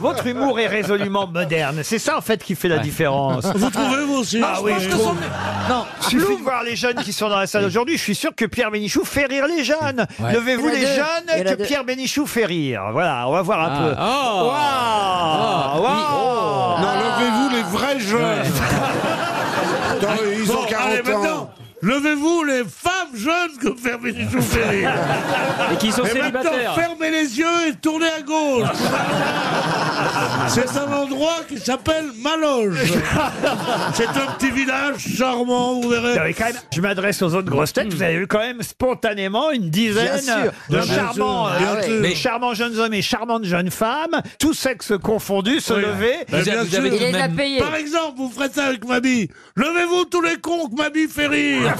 Votre humour est résolument moderne. C'est ça, en fait, qui fait la différence. Vous trouvez, vous aussi Ah oui, Je je pense que trouve. Non, Suffit de voir les jeunes qui sont dans la salle aujourd'hui. Je suis sûr que Pierre Bénichou fait rire les jeunes. Ouais. Levez-vous Il y les en a deux. Il y jeunes en a que deux. Pierre Bénichou fait rire. Voilà, on va voir un peu. Ah. Waouh Waouh Ah. Non, levez-vous les vrais jeunes. Attends, ils Bon, ont allez, 40 ans. maintenant, levez-vous les femmes jeunes que vous fermez les rire. Et qui sont Et maintenant, célibataires. fermez les yeux et tournez à gauche. C'est un endroit qui s'appelle Maloge. C'est un petit village charmant, vous verrez. Non, mais quand même, je m'adresse aux autres grosses têtes. Vous avez eu quand même spontanément une Bien dizaine sûr. de Bien sûr. charmants, Bien euh, sûr. mais- charmants jeunes hommes et charmantes jeunes femmes, tous sexes confondus, se lever. Eh Vous, bien avez- vous avez sûr. tout Il de les a même- payés. Par exemple, vous ferez ça avec Mabi. Levez-vous tous les cons que Mabi fait rire.